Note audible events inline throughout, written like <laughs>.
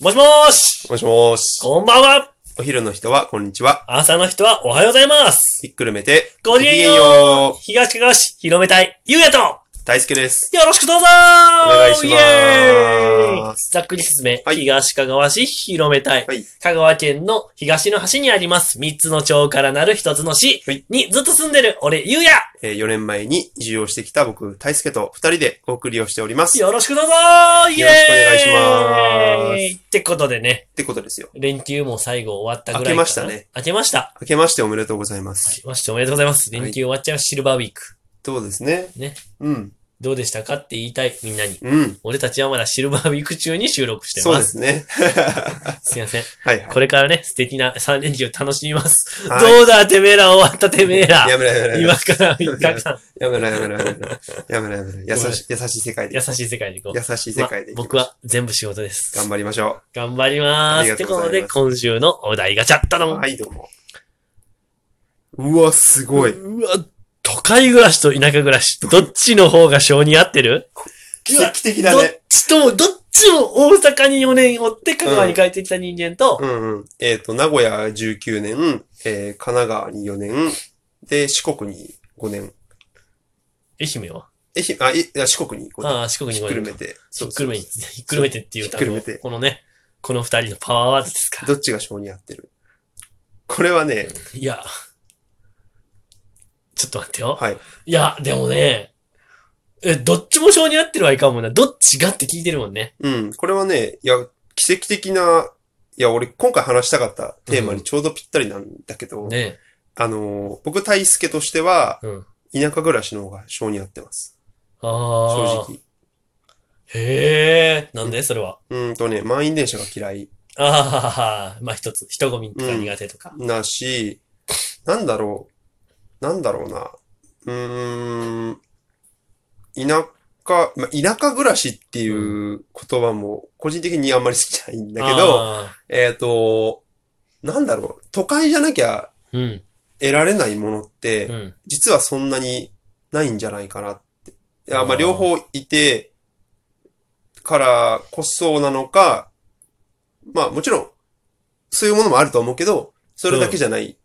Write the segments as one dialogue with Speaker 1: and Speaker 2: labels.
Speaker 1: もしもーし
Speaker 2: もしもーし。
Speaker 1: こんばんは
Speaker 2: お昼の人は、こんにちは。
Speaker 1: 朝の人はおはようございます
Speaker 2: ひっくるめて、
Speaker 1: ごきげんよう
Speaker 2: う。
Speaker 1: 東かがわ市広めたい、ゆうやと
Speaker 2: 大輔です。
Speaker 1: よろしくどうぞお
Speaker 2: 願いします
Speaker 1: ざっくり説明。
Speaker 2: はい
Speaker 1: 東かがわ市広めたい。
Speaker 2: はい。
Speaker 1: 香川県の東の端にあります。三つの町からなる一つの市
Speaker 2: はい
Speaker 1: にずっと住んでる俺、ゆうや
Speaker 2: えー、4年前に移住をしてきた僕、大輔と2人でお送りをしております。っ
Speaker 1: よろしくどうぞイエーイ
Speaker 2: よろしくお願いします
Speaker 1: ってことでね、
Speaker 2: てことですよ。
Speaker 1: 連休も最後終わったぐらい
Speaker 2: 明けました
Speaker 1: かな
Speaker 2: ね。
Speaker 1: 明けました。
Speaker 2: 明けましておめでとうございま
Speaker 1: 明
Speaker 2: す。
Speaker 1: けましておめでとうございます。連休終わっちゃうシルバーウィーク。
Speaker 2: どうですね。
Speaker 1: ね。
Speaker 2: うん。
Speaker 1: どうでしたかって言いたい、みんなに。
Speaker 2: うん。
Speaker 1: 俺たちはまだシルバーウィーク中に収録して
Speaker 2: そう
Speaker 1: ま。
Speaker 2: ですすね。
Speaker 1: すいません。
Speaker 2: はいはい。
Speaker 1: これからね、素敵な3連休楽しみます。
Speaker 2: はい
Speaker 1: どうだ、てめえら終わったてめえら。
Speaker 2: やめろやめろやめろ
Speaker 1: 今から3日間、
Speaker 2: やめろやめろやめろ。やめろやめろ。優しい、優しい世界で
Speaker 1: 優。しい世界でいこう。
Speaker 2: 優しい世界で。
Speaker 1: まあ僕。は全部仕事です。
Speaker 2: 頑張りましょ
Speaker 1: 頑張りま
Speaker 2: あ
Speaker 1: す。
Speaker 2: りが
Speaker 1: って
Speaker 2: とう
Speaker 1: こ
Speaker 2: ござ
Speaker 1: と
Speaker 2: います
Speaker 1: で、今週のお題ガチャった
Speaker 2: う。
Speaker 1: の。
Speaker 2: はい、どうも。うわ、すごい。
Speaker 1: うわ、都会暮らしと田舎暮らし、どっちの方が性に合ってる
Speaker 2: 奇跡的だ
Speaker 1: どっ
Speaker 2: ね。
Speaker 1: ちとも、どっちも大阪に4年おって香川に帰ってきた人間と、
Speaker 2: うんうん。えっ、と、名古屋19年、えー、神奈川に4年、で、四国に5年。
Speaker 1: 愛媛は
Speaker 2: えひ、あ、いいや四国に5年。
Speaker 1: ああ、四国に
Speaker 2: ひっくるめて。
Speaker 1: ひ
Speaker 2: そう
Speaker 1: っくるめ
Speaker 2: そう
Speaker 1: て、ひっくるめてっていう歌
Speaker 2: ひっくるめて
Speaker 1: の、このね、この二人のパワーワードですか
Speaker 2: どっちが性に合ってるこれはね、
Speaker 1: ら。いや、ちょっと待ってよ。
Speaker 2: はい。
Speaker 1: いや、でもね、え、どっちも性に合ってるはいかんもんな。どっちがって聞いてるもんね。
Speaker 2: うん。これはね、いや、奇跡的な、いや、俺、今回話したかったテーマにちょうどぴったりなんだけど、
Speaker 1: ね
Speaker 2: あのー僕、大輔としては、
Speaker 1: うん
Speaker 2: 田舎暮らしの方が性に合ってます。
Speaker 1: ああ。
Speaker 2: 正。直。
Speaker 1: へえ、なんでそれは。
Speaker 2: うーんとね、満員電車が嫌い
Speaker 1: あ <laughs> あ、まあ一つ、人混みとか苦手とか。
Speaker 2: なし、なんだろう、なんだろうな。うーん、田舎、まあ、田舎暮らしっていう言葉も個人的にあんまり好きじゃないんだけど、
Speaker 1: あ
Speaker 2: えっと、なんだろう、都会じゃなきゃ
Speaker 1: ー。うん、
Speaker 2: 得られないものって、
Speaker 1: うん。
Speaker 2: 実はそんなにないんじゃないかなって。いや、ま
Speaker 1: あ
Speaker 2: あ、
Speaker 1: ー
Speaker 2: 両方いてからこそなのか、まあ、もちろん、そういうものもあると思うけど、それだけじゃない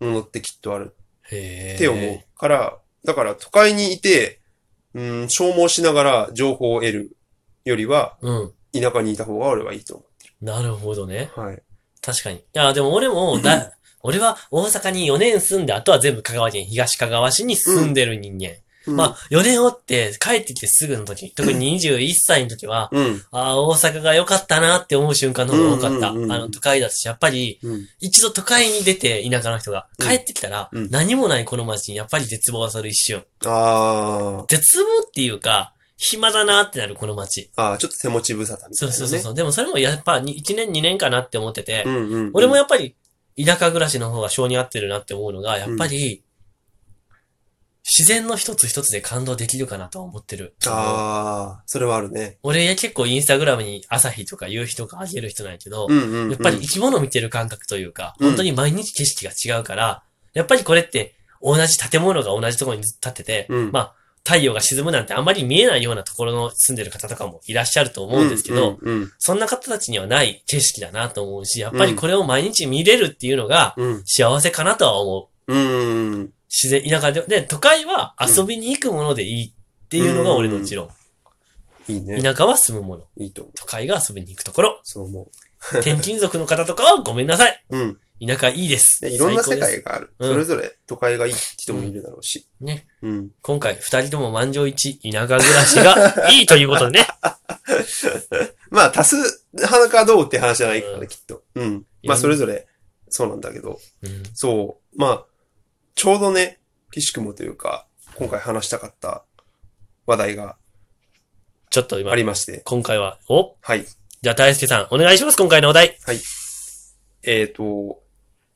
Speaker 2: ものってきっとある
Speaker 1: へえ。
Speaker 2: って思うから、だから都会にいて、うん、消耗しながら情報を得るよりは、
Speaker 1: うん。
Speaker 2: 田舎にいた方が俺はいいと思
Speaker 1: なるほどね。
Speaker 2: う。はい。
Speaker 1: 確かに。いや、でも俺も、だ、俺は大阪に4年住んで、あとは全部香川県東香川市に住んでる人間。まあ、4年おって帰ってきてすぐの
Speaker 2: <laughs>
Speaker 1: 時、特に21歳の時は、
Speaker 2: うん、
Speaker 1: ああ、大阪が良かったなって思う瞬間の方が多かった。
Speaker 2: うんうんうんうん
Speaker 1: あの、都会だし、やっぱり、
Speaker 2: うん、
Speaker 1: 一度都会に出て田舎の人が
Speaker 2: うん
Speaker 1: 帰ってきたら、
Speaker 2: うん
Speaker 1: 何もないこの街にやっぱり絶望する一瞬。
Speaker 2: あー
Speaker 1: 絶望っていうか、暇だなってなるこの街。
Speaker 2: あー、ちょっと手持ち無沙汰みた
Speaker 1: そ
Speaker 2: いうなね。
Speaker 1: そうそうそう。でもそれもやっぱ1年2年かなって思ってて、
Speaker 2: うんうんうん
Speaker 1: 俺もやっぱり田舎暮らしの方が性に合ってるなって思うのが、やっぱり、自然の一つ一つで感動できるかなとは思ってる。
Speaker 2: ああ、それはあるね。
Speaker 1: 俺結構インスタグラムに朝日とか夕日とかあげる人なんやけど、
Speaker 2: うんうんうん
Speaker 1: やっぱり生き物見てる感覚というか、
Speaker 2: うん
Speaker 1: 本当に毎日景色が違うから、やっぱりこれって同じ建物が同じところにずっと立ってて、
Speaker 2: うん
Speaker 1: まあ太陽が沈むなんてあんまり見えないようなところの住んでる方とかもいらっしゃると思うんですけど、
Speaker 2: うん
Speaker 1: そんな方たちにはない景色だなと思うし、やっぱりこれを毎日見れるっていうのが
Speaker 2: うん
Speaker 1: 幸せかなとは思う。
Speaker 2: うんうん
Speaker 1: 自然、田舎で。で、都会は遊びに行くものでいいっていうのが俺の持論。
Speaker 2: いいね。
Speaker 1: 田舎は住むもの。
Speaker 2: いいと思う。
Speaker 1: 都会が遊びに行くところ。
Speaker 2: そう思
Speaker 1: 転勤族の方とかはごめんなさい。
Speaker 2: う。うん。
Speaker 1: 田舎いいです。
Speaker 2: でいろんな世
Speaker 1: 最高です
Speaker 2: 界がある。
Speaker 1: うん
Speaker 2: それぞれ都会がいい人もいるだろうし。
Speaker 1: ね。
Speaker 2: うん。
Speaker 1: 今回、二人とも満場一致、田舎暮らしがいいということでね。
Speaker 2: まあ、足す花かどうって話じゃないからね、きっと。うん。まあ、それぞれ <laughs> そうなんだけど。
Speaker 1: うん
Speaker 2: そう。まあ、ちょうどね、くしくもというか、今回話したかった話題が
Speaker 1: ちょっと今
Speaker 2: あ、りまして。
Speaker 1: 今回は、お
Speaker 2: はい。
Speaker 1: じゃあ大輔さん、お願いします、今回のお題。
Speaker 2: えっと、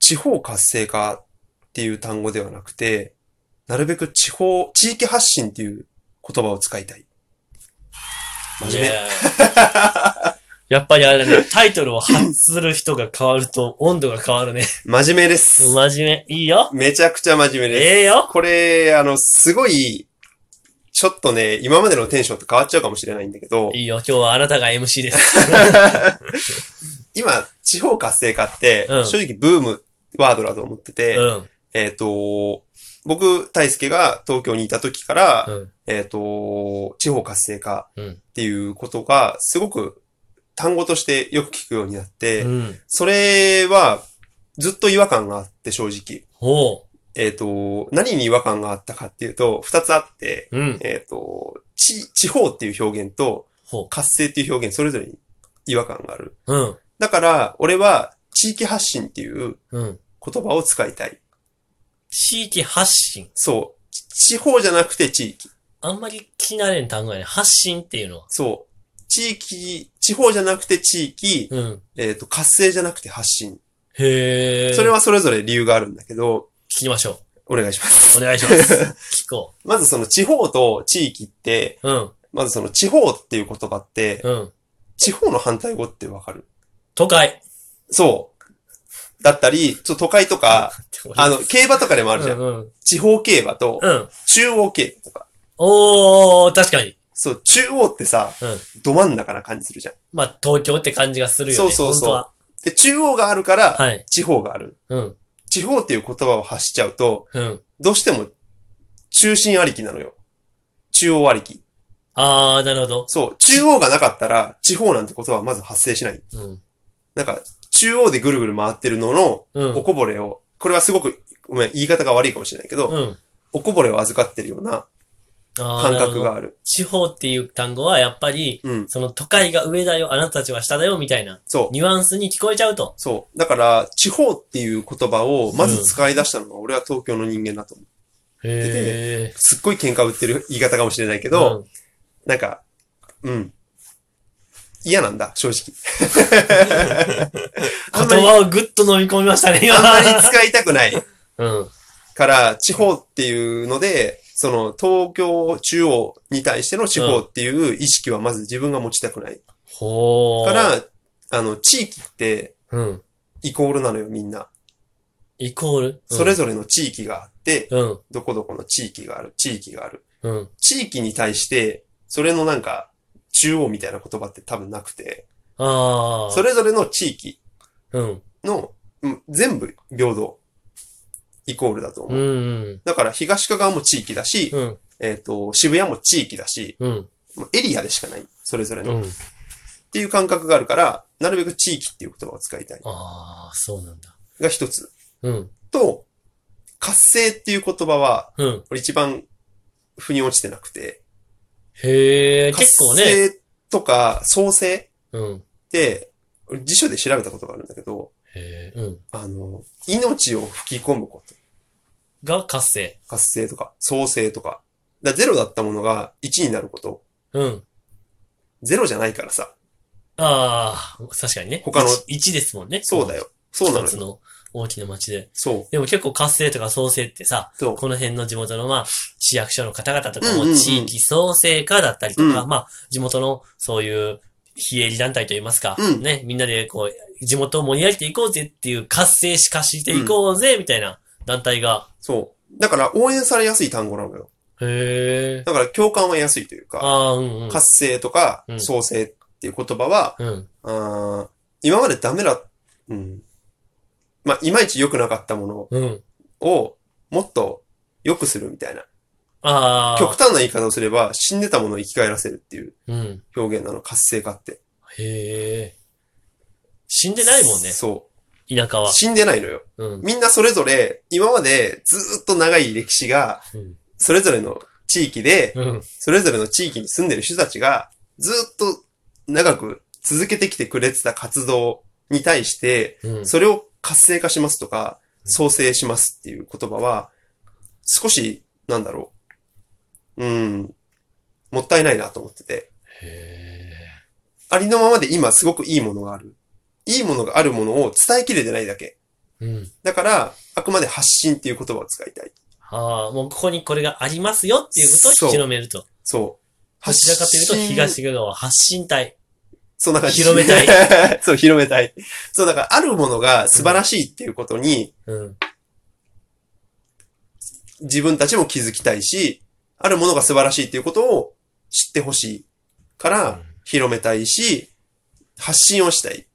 Speaker 2: 地方活性化っていう単語ではなくて、なるべく地方、地域発信っていう言葉を使いたい。真面目。
Speaker 1: ねえやっぱりあれだね、タイトルを発する人が変わると温度が変わるね。
Speaker 2: 真面目です。
Speaker 1: 真面目。いいよ。
Speaker 2: めちゃくちゃ真面目です。
Speaker 1: ええよ。
Speaker 2: これ、あの、すごい、ちょっとね、今までのテンションと変わっちゃうかもしれないんだけど、
Speaker 1: いいよ、今日はあなたが MC です。
Speaker 2: <laughs> 今、地方活性化って、
Speaker 1: うん
Speaker 2: 正直ブームワードだと思ってて、
Speaker 1: うん。
Speaker 2: えっ、と、僕、大輔が東京にいた時から、
Speaker 1: うん。
Speaker 2: えっ、と、地方活性化
Speaker 1: うん
Speaker 2: っていうことが、すごく単語としてよく聞くようになって、
Speaker 1: うん。
Speaker 2: それはずっと違和感があって、正直。
Speaker 1: ほ
Speaker 2: えっ、と、何に違和感があったかっていうと、二つあって、
Speaker 1: う。うん。
Speaker 2: えっ、と、地、地方っていう表現と
Speaker 1: ほ
Speaker 2: 活性っていう表現、それぞれに違和感がある。
Speaker 1: う。うん。
Speaker 2: だから、俺は地域発信っていう
Speaker 1: うん。
Speaker 2: 言葉を使いたい。
Speaker 1: 地域発信。
Speaker 2: そう。ち地方じゃなくて地域。
Speaker 1: あんまり聞き慣れん単語やね。発信っていうのは。
Speaker 2: そう。地域、地方じゃなくて地域、
Speaker 1: うん。
Speaker 2: えっ、と、活性じゃなくて発信。
Speaker 1: へえ。
Speaker 2: それ
Speaker 1: は
Speaker 2: はそれぞれ理由があるんだけど、
Speaker 1: 聞きましょ
Speaker 2: お願いします。
Speaker 1: う。お願いし <laughs>
Speaker 2: <laughs>
Speaker 1: ます。聞こ
Speaker 2: まずその地方と地域って、
Speaker 1: う。うん。
Speaker 2: まずその地方っていう言葉って、
Speaker 1: うん。
Speaker 2: 地方の反対語ってわかる
Speaker 1: 都会。
Speaker 2: そう。だったり、ちょっと都会とか、あ
Speaker 1: の、
Speaker 2: の、競馬とかでもあるじゃん。
Speaker 1: うんうん。
Speaker 2: 地方競馬と
Speaker 1: うん。
Speaker 2: 中央競馬とか。
Speaker 1: おー、確かに。
Speaker 2: そう、中央ってさ、
Speaker 1: う
Speaker 2: ど真ん中な感じするじゃん。
Speaker 1: まあ、東京って感じがするよね。
Speaker 2: そうそうそう
Speaker 1: 本
Speaker 2: で、中央があるから、
Speaker 1: 当は。はい。
Speaker 2: 地方がある。
Speaker 1: うん。
Speaker 2: 地方っていう言葉を発しちゃうと、
Speaker 1: うん。
Speaker 2: どうしても中心ありきなのよ。中央ありき。
Speaker 1: あー、なるほど。
Speaker 2: そう、中央がなかったら、地方なんて言葉はまず発生しない。
Speaker 1: うん。
Speaker 2: なんか、中央でぐるぐる回ってるのの、
Speaker 1: う
Speaker 2: お
Speaker 1: ん。
Speaker 2: こぼれを、これはすごく、ごめん、言い方が悪いかもしれないけど、
Speaker 1: うん。
Speaker 2: おこぼれを預かってるような
Speaker 1: あー
Speaker 2: 感
Speaker 1: なるほ
Speaker 2: 覚
Speaker 1: ど
Speaker 2: がある。
Speaker 1: 地方っていう単語はやっぱり、
Speaker 2: うん。
Speaker 1: その都会が上だよ、あなたたちは下だよ、みたいな、
Speaker 2: そう。
Speaker 1: ニュアンスに聞こえちゃうと。
Speaker 2: そう。だから、地方っていう言葉をまず使い出したのが、俺は東京の人間だと思う。
Speaker 1: へえ。
Speaker 2: すっごい喧嘩売ってる言い方かもしれないけど、なんか、うん。嫌なんだ、
Speaker 1: <laughs>
Speaker 2: 正直。
Speaker 1: う
Speaker 2: あ
Speaker 1: ん、
Speaker 2: んまり
Speaker 1: 言葉をぐっと飲み込みましたね、今。
Speaker 2: あんまり使いたくない
Speaker 1: <laughs> うん。
Speaker 2: から、地方っていうので、その東京中央に対しての地方っていう意識はまず自分が持ちたくない。
Speaker 1: ほー。
Speaker 2: から、あの、地域って
Speaker 1: うん。
Speaker 2: イコールなのよ、みんな。
Speaker 1: イコール。
Speaker 2: それ
Speaker 1: ぞ
Speaker 2: ぞれの地域があって、
Speaker 1: れ。うん。
Speaker 2: どこどこの地域がある、地域がある。
Speaker 1: うん。
Speaker 2: 地域に対して、それのなんか、中央みたいな言葉って多分なくて、
Speaker 1: ああ。
Speaker 2: それぞれの地域
Speaker 1: うん。
Speaker 2: の、うん全部平等、イコールだと
Speaker 1: う
Speaker 2: 思う。
Speaker 1: ん。
Speaker 2: だから東かがわも地域だし、
Speaker 1: うん。
Speaker 2: えっ、と、渋谷も地域だし、
Speaker 1: うん。
Speaker 2: もうエリアでしかない、それぞれ
Speaker 1: う
Speaker 2: の。っ
Speaker 1: ん。
Speaker 2: ていう感覚があるから、なるべく地域っていう言葉を使いたい。
Speaker 1: ああ、そうなんだ。
Speaker 2: が一つ。
Speaker 1: うん。
Speaker 2: と、活性っていう言葉は、
Speaker 1: うん。
Speaker 2: これ一番、腑に落ちてなくて。
Speaker 1: へえ、結構ね。
Speaker 2: 活性とか、創生
Speaker 1: うん。
Speaker 2: って、俺辞書で調べたことがあるんだけど、
Speaker 1: へえ、うん。
Speaker 2: あの、命を吹き込むこと。
Speaker 1: が活性。
Speaker 2: 活性とか、創生とか。だゼロだったものが1になること。
Speaker 1: うん。
Speaker 2: ゼロじゃないからさ。
Speaker 1: ああ、確かにね。
Speaker 2: 他の
Speaker 1: 1ですもんね。
Speaker 2: そうだよ。そうな
Speaker 1: 一
Speaker 2: の
Speaker 1: つ
Speaker 2: よ。
Speaker 1: の大きな町で。
Speaker 2: そう。
Speaker 1: でも結構活性とか創生ってさ、
Speaker 2: そう。
Speaker 1: この辺の地元のまあ、市役所の方々とか
Speaker 2: うんうんう
Speaker 1: も
Speaker 2: ん
Speaker 1: 地域創生課だったりとか、
Speaker 2: う
Speaker 1: まあ、地元のそういう非営利団体といいますか、
Speaker 2: うん
Speaker 1: ね、みんなでこう、地元を盛り上げていこうぜっていう活性しかしていこうぜ、みたいな団体が。
Speaker 2: そう。だから応援されやすい単語なのよ。
Speaker 1: へえ。
Speaker 2: だから共感は安いというか、
Speaker 1: ああ、うんうん。
Speaker 2: 活性とか
Speaker 1: うん
Speaker 2: 創生っていう言葉は、
Speaker 1: うん。
Speaker 2: あー今までダメだ、うん。まあ、いまいち良くなかったもの
Speaker 1: うん。
Speaker 2: をもっと良くするみたいな。
Speaker 1: ああ。
Speaker 2: 極端な言い方をすれば、死んでたものを生き返らせるっていう
Speaker 1: うん。
Speaker 2: 表現なの、活性化って。
Speaker 1: へえ。死んでないもんね、
Speaker 2: そ
Speaker 1: 田舎
Speaker 2: う。
Speaker 1: は。
Speaker 2: 死んでないのよ。
Speaker 1: うん。
Speaker 2: みんなそれぞれ、今までずーっと長い歴史が、
Speaker 1: うん
Speaker 2: それぞれの地域で、
Speaker 1: うん。
Speaker 2: それぞれの地域に住んでる人たちが、ずーっと長く続けてきてくれてた活動に対して、
Speaker 1: うん。
Speaker 2: それを活性化しますとか、
Speaker 1: うん
Speaker 2: 創生しますっていう言葉は、少し、なんだろう。うん、もったいないなと思ってて。
Speaker 1: へ
Speaker 2: ありのままで今すごくいいものがある。いいものがあるものを伝えきれてないだけ。
Speaker 1: え。うん。
Speaker 2: だから、あくまで発信っていう言葉を使いたい。
Speaker 1: ああ、もうここにこれがありますよっていうことを
Speaker 2: そう
Speaker 1: 広めると。
Speaker 2: そう。
Speaker 1: どちらかというと、東側は発信体。
Speaker 2: そんな感じ。
Speaker 1: 広めた
Speaker 2: い。 <laughs> そう、広めたい。そう、だから、あるものが素晴らしいっていうことに、
Speaker 1: うん。
Speaker 2: 自分たちも気づきたいし、あるものが素晴らしいっていうことを知ってほしいか
Speaker 1: う
Speaker 2: ら
Speaker 1: ん
Speaker 2: 広めたいし、発信をしたい。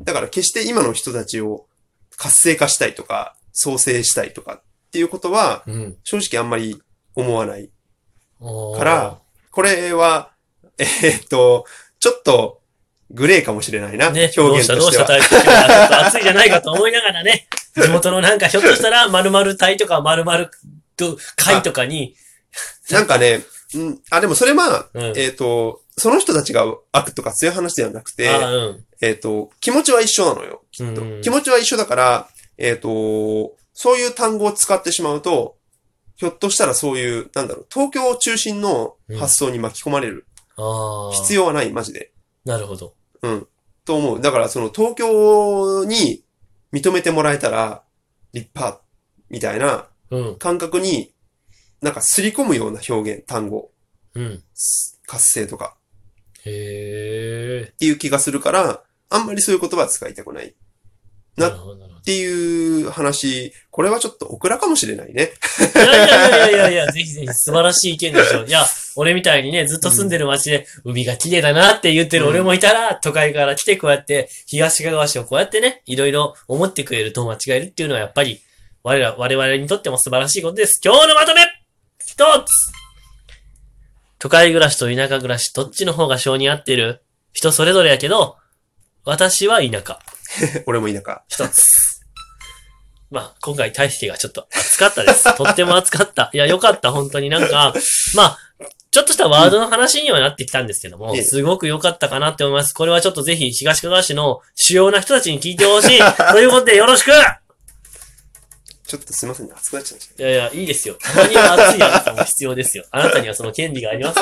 Speaker 2: だから決して今の人たちを活性化したいとか、創生したいとかっていうことは
Speaker 1: うん。
Speaker 2: 正直あんまり思わない。
Speaker 1: おー
Speaker 2: から、これは、えーっと、ちょっとグレーかもしれないな。
Speaker 1: ね、
Speaker 2: 表現と
Speaker 1: どう
Speaker 2: し
Speaker 1: してたどうしたタ
Speaker 2: は。
Speaker 1: イプ今日はちょっと暑いじゃないかと思いながら
Speaker 2: <laughs>
Speaker 1: ね、地元のなんかひょっとしたら〇〇隊とか〇〇と会とかに、
Speaker 2: なんかね、うん、あ、でもそれは、
Speaker 1: うん。
Speaker 2: えっ、と、その人たちが悪とか強い話ではなくて、
Speaker 1: あうん
Speaker 2: えっ、と、気持ちは一緒なのよ。
Speaker 1: う
Speaker 2: と
Speaker 1: ん。
Speaker 2: 気持ちは一緒だから、えっ、と、そういう単語を使ってしまうと、ひょっとしたらそういう、なんだろう、東京を中心の発想に巻き込まれる。
Speaker 1: ああ。
Speaker 2: 必要はない、マジで。
Speaker 1: なるほど。
Speaker 2: と思う。だから、その東京に認めてもらえたら、立派、みたいな
Speaker 1: うん。
Speaker 2: 感覚に、なんかすり込むような表現、単語、
Speaker 1: うん。
Speaker 2: す活性とか。
Speaker 1: へえ
Speaker 2: っ。ていう気がするから、あんまりそういう言葉は使いたくないっな
Speaker 1: るほど、なるほ
Speaker 2: ていう話、これはちょっとオクラかもしれないね。 <laughs>
Speaker 1: ど。いやいやいやいやいや、ぜひぜひ素晴らしい意見でしょ。いや、俺みたいにね、ずっと住んでる街で、海が綺麗だなって言ってる俺もいたら、都会から来てこうやって、東かがわ市をこうやってね、いろいろ思ってくれる友達がいるっていうのはやっぱり、我ら、我々にとっても素晴らしいことです。今日のまとめ一つ都会暮らしと田舎暮らし、どっちの方が性に合ってる人それぞれやけど、私は田舎。
Speaker 2: 俺も田舎。
Speaker 1: 一つ。まあ、今回大してがちょっと熱かった
Speaker 2: <laughs>
Speaker 1: です。とっても熱かった。いや、よかった、本当になんか、まあ、ちょっとしたワードの話にはなってきたんですけども、
Speaker 2: ええ
Speaker 1: すごく良かったかなって思います。これはちょっとぜひ、東かがわ市の主要な人たちに聞いてほしいということで、よろしくい
Speaker 2: ちょっとすいませんね、熱くなっちゃいました。
Speaker 1: やいや、いいですよ。たまには熱いやつも必要ですよ。あなたにはその権利があります。